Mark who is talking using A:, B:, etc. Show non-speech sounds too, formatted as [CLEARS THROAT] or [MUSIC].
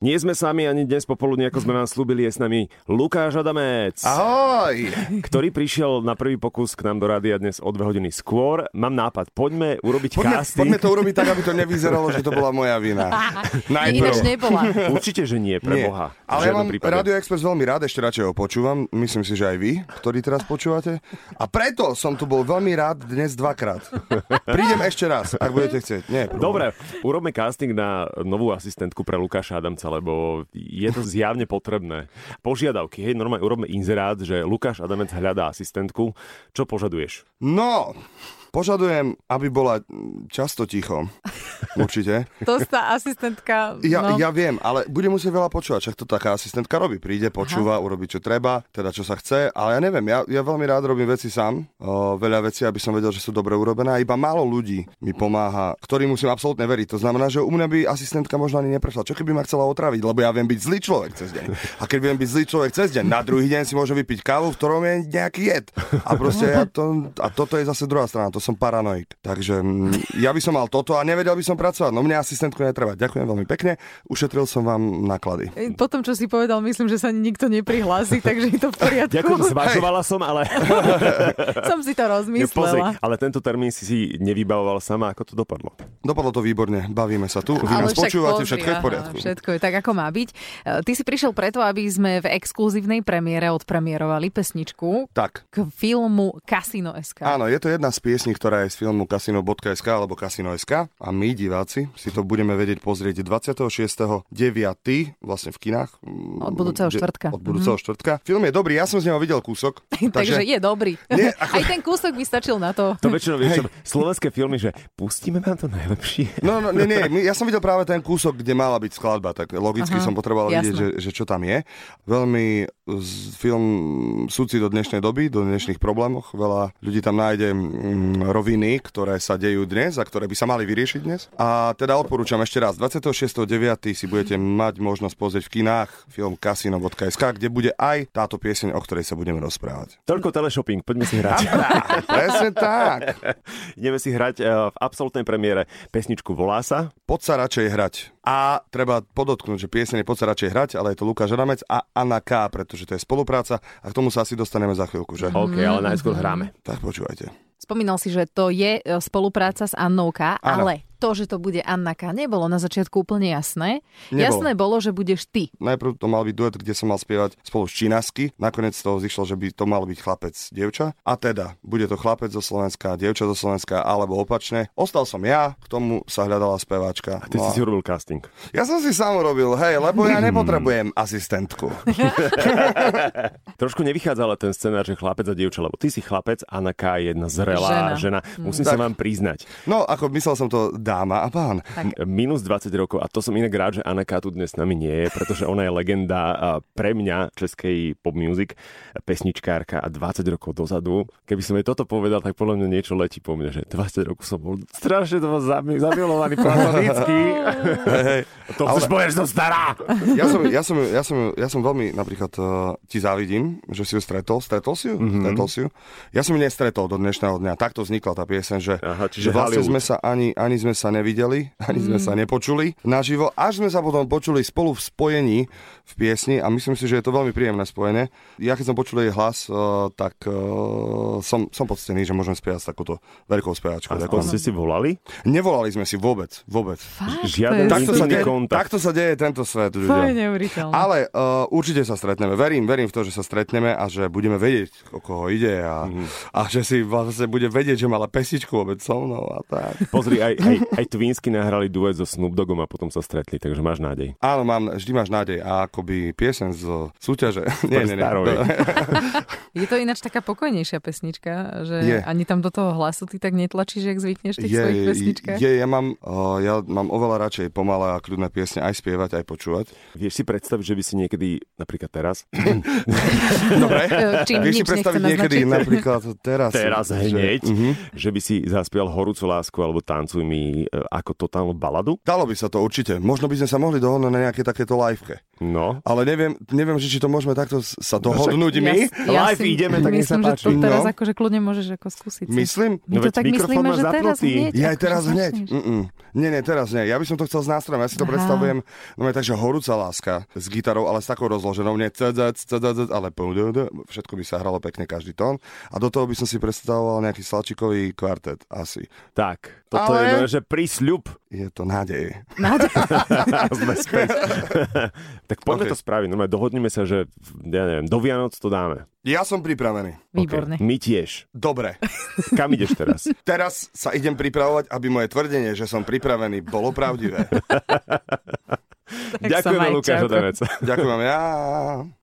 A: Nie sme sami ani dnes popoludne, ako sme vám slúbili, je s nami Lukáš Adamec,
B: Ahoj!
A: ktorý prišiel na prvý pokus k nám do rádia dnes o dve hodiny skôr. Mám nápad, poďme urobiť
B: Poďme,
A: casting.
B: poďme to urobiť tak, aby to nevyzeralo, že to bola moja vina. Najprv.
C: Ináč nebola.
A: [LAUGHS] Určite, že nie, pre Boha. V
B: Ale ja
A: žiadnom
B: mám
A: prípade.
B: Radio Express veľmi rád, ešte radšej ho počúvam, myslím si, že aj vy, ktorí teraz počúvate. A preto som tu bol veľmi rád dnes dvakrát. Prídem ešte raz, ak budete chcieť. Nie, prv.
A: Dobre, urobme casting na novú asistentku pre Lukáša Adamca, lebo je to zjavne potrebné. Požiadavky, hej, normálne urobme inzerát, že Lukáš Adamec hľadá asistentku. Čo požaduješ?
B: No, požadujem, aby bola mm, často ticho. Určite.
C: To tá asistentka...
B: Ja,
C: no.
B: no. ja viem, ale bude musieť veľa počúvať, však to taká asistentka robí. Príde, počúva, Aha. urobí čo treba, teda čo sa chce, ale ja neviem, ja, ja veľmi rád robím veci sám, o, veľa vecí, aby som vedel, že sú dobre urobené a iba málo ľudí mi pomáha, ktorým musím absolútne veriť. To znamená, že u mňa by asistentka možno ani neprešla. Čo keby ma chcela otraviť, lebo ja viem byť zlý človek cez deň. A keď viem byť zlý človek cez deň, na druhý deň si môžem vypiť kávu, v ktorom je nejaký jed. A proste ja to, a toto je zase druhá strana, to som paranoid. Takže mm, ja by som mal toto a nevedel by som pracovať. No mňa asistentku netreba. Ďakujem veľmi pekne, ušetril som vám náklady.
C: E, Po tom, čo si povedal, myslím, že sa ani nikto neprihlási,
B: [LAUGHS]
C: takže je to v poriadku.
A: Ďakujem,
C: [LAUGHS]
A: zvažovala som, ale
C: Som si
A: [LAUGHS]
C: to
A: pozri,
C: rozmyslela.
A: ale tento termín si si nevybavoval sama, ako to dopadlo.
B: Dopadlo to výborne, bavíme sa tu, vy
C: Ale
B: nás
C: však
B: počúvate,
C: pozri,
B: všetko je v
C: aha,
B: poriadku.
C: Všetko je tak, ako má byť. E, Ty si prišiel preto, aby sme v exkluzívnej premiére odpremierovali pesničku
B: Tak,
C: k filmu Casino SK.
B: Áno, je to jedna z piesní, ktorá je z filmu Casino.sk alebo Casino.sk a my, diváci, si to budeme vedieť pozrieť 26.9. vlastne v kinách. Mm,
C: Od budúceho
B: kde-
C: štvrtka. Mhm.
B: Od budúceho štvrtka. Film je dobrý, ja som z neho videl kúsok.
C: [LAUGHS] [LAUGHS] Takže je dobrý. [LAUGHS]
B: Nie, ako-
C: Aj ten kúsok by stačil na to.
A: To väčšinou vieš, čo, slovenské filmy, že pustíme vám to najlepšie.
B: No, no, nie, nie, my- ja som videl práve ten kúsok, kde mala byť skladba, tak logicky
C: Aha,
B: som potreboval
C: jasné.
B: vidieť, že, že čo tam je. Veľmi z- film súci do dnešnej doby, do dnešných problémoch. Veľa ľudí tam nájde mm, roviny, ktoré sa dejú dnes a ktoré by sa mali vyriešiť dnes. A teda odporúčam ešte raz, 26.9. si budete mať možnosť pozrieť v kinách film Casino.sk, kde bude aj táto pieseň, o ktorej sa budeme rozprávať.
C: [LAUGHS]
A: Toľko teleshopping, poďme si hrať.
B: Presne tak.
A: [LAUGHS] Ideme si hrať eh, v absolútnej premiére pesničku Volá sa.
B: Poď sa radšej hrať. A treba podotknúť, že pieseň je Poď sa radšej hrať, ale je to Lukáš Ramec a Anna K, pretože to je spolupráca a k tomu sa asi dostaneme za chvíľku, že?
A: OK, ale najskôr hráme.
B: Tak počúvajte.
C: Spomínal si, že to je e, spolupráca s Annou K,
B: Áno.
C: ale to, že to bude Anna K, nebolo na začiatku úplne jasné.
B: Nebolo.
C: Jasné bolo, že budeš ty.
B: Najprv to mal byť duet, kde som mal spievať spolu s Čínasky, nakoniec z toho zišlo, že by to mal byť chlapec, dievča. A teda, bude to chlapec zo Slovenska, dievča zo Slovenska, alebo opačne. Ostal som ja, k tomu sa hľadala speváčka.
A: Ty
B: No
A: si
B: a-
A: si urobil casting.
B: Ja som si sám robil, hej, lebo
A: [CLEARS THROAT]
B: ja nepotrebujem asistentku.
A: Trošku nevychádza ale ten scenár, že chlapec a dievča, lebo ty si chlapec, Anna K je jedna zrelá žena.
C: Žena.
A: Musím
B: Tak.
A: sa vám priznať.
B: No, ako myslel som to dáma a pán.
A: Minus 20 rokov, a to som inak rád, že Anna K tu dnes s nami nie je, pretože ona je legenda a pre mňa českej pop music, pesničkárka a 20 rokov dozadu. Keby som jej toto povedal, tak podľa mňa niečo letí po mne, že 20 rokov som bol strašne toho zami- zamilovaný platonický. to chceš povedať, že som stará.
B: ja, som, ja, som, ja, som, ja som veľmi napríklad uh, ti závidím, že si ju stretol. Stretol si ju? Mm-hmm.
A: Mhm.
B: Stretol si ju? Ja som ju nestretol do dnešného dňa. Takto vznikla tá pieseň, že,
A: Aha, čiže
B: že vlastne
A: Hollywood.
B: sme sa ani, ani sme sa nevideli, ani sme sa nepočuli naživo, až sme sa potom počuli spolu v spojení v piesni a myslím si, že je to veľmi príjemné spojenie. Ja keď som počul jej hlas, uh, tak uh, som, som poctený, že môžem spievať s takouto veľkou speváčkou.
A: Aspoň
B: Ďakujem.
A: ste si volali?
B: Nevolali sme si vôbec, vôbec.
C: Fakt,
A: Žiaden
C: to je
B: Takto sa,
A: Intimný
B: deje,
A: kontakt.
B: takto sa deje tento svet, ľudia.
C: To je neuveriteľné.
B: Ale uh, určite sa stretneme. Verím, verím v to, že sa stretneme a že budeme vedieť, o koho ide a, mm. a že si vlastne bude vedieť, že mala pesičku vôbec so mnou a tak.
A: Pozri, aj, aj, aj Twinsky nahrali duet so Snoop Dogom a potom sa stretli, takže máš nádej.
B: Áno, mám, vždy máš nádej a akoby piesen z súťaže. [LAUGHS] nie, nie, nie.
A: Staroj.
C: Je to ináč taká pokojnejšia pesnička, že
B: Je.
C: ani tam do toho hlasu ty tak netlačíš, jak zvykneš v tých
B: Je,
C: svojich
B: je,
C: pesničkách.
B: je, ja mám, uh, ja mám oveľa radšej pomalé a kľudné piesne aj spievať, aj počúvať.
A: Vieš si predstaviť, že by si niekedy, napríklad teraz,
B: Dobre. [LAUGHS]
C: E, Čím
B: Vieš si
C: nič
B: predstaviť
C: nechcem
B: niekedy
C: naznačiť.
B: napríklad teraz.
A: teraz
B: že-
A: hneď, že,
B: Mhm.
A: že by si zaspieval horúcu lásku alebo tancuj mi e, ako totálnu baladu?
B: Dalo by sa to určite. Možno by sme sa mohli dohodnúť na nejaké takéto liveke.
A: No.
B: Ale neviem, neviem že či to môžeme takto s- sa dohodnúť my.
A: Live ideme, tak nech sa
C: myslím, že
A: páči.
C: to teraz
B: No.
C: akože kľudne môžeš ako skúsiť. si.
B: Myslím?
C: My
A: No
C: to
A: veď
C: tak
A: mikrofón
C: myslíme,
A: máš
C: že teraz
A: zapnutý.
C: hneď.
B: Ja aj
C: akože
B: teraz hneď.
C: začneš.
B: Mm-mm. Nie, nie, teraz nie. Ja by som to chcel s nástrojom. Ja si to
C: Aha.
B: predstavujem, no je takže horúca láska s gitarou, ale s takou rozloženou. Nie cdc, cdc, ale pdd. všetko by sa hralo pekne každý tón. A do toho by som si predstavoval nejaký slačikový kvartet asi.
A: Tak, toto je
B: Ale-
A: nové, že prísľub.
B: [LAUGHS]
A: [LAUGHS]
B: Je to nádej. [LAUGHS]
C: Nádej.
A: Sme späť. [LAUGHS] tak poďme to
B: Ok.
A: spraviť. No, dohodneme sa, že ja neviem, do Vianoc to dáme.
B: Ja som pripravený.
C: Výborne.
A: My tiež.
B: Dobre.
A: Kam ideš teraz?
B: Teraz sa idem pripravovať, aby moje tvrdenie, že som pripravený, bolo pravdivé.
C: sa
A: Ďakujeme,
C: maj,
A: Lukáš
C: čauko.
A: Odanec.
B: Ďakujem ja.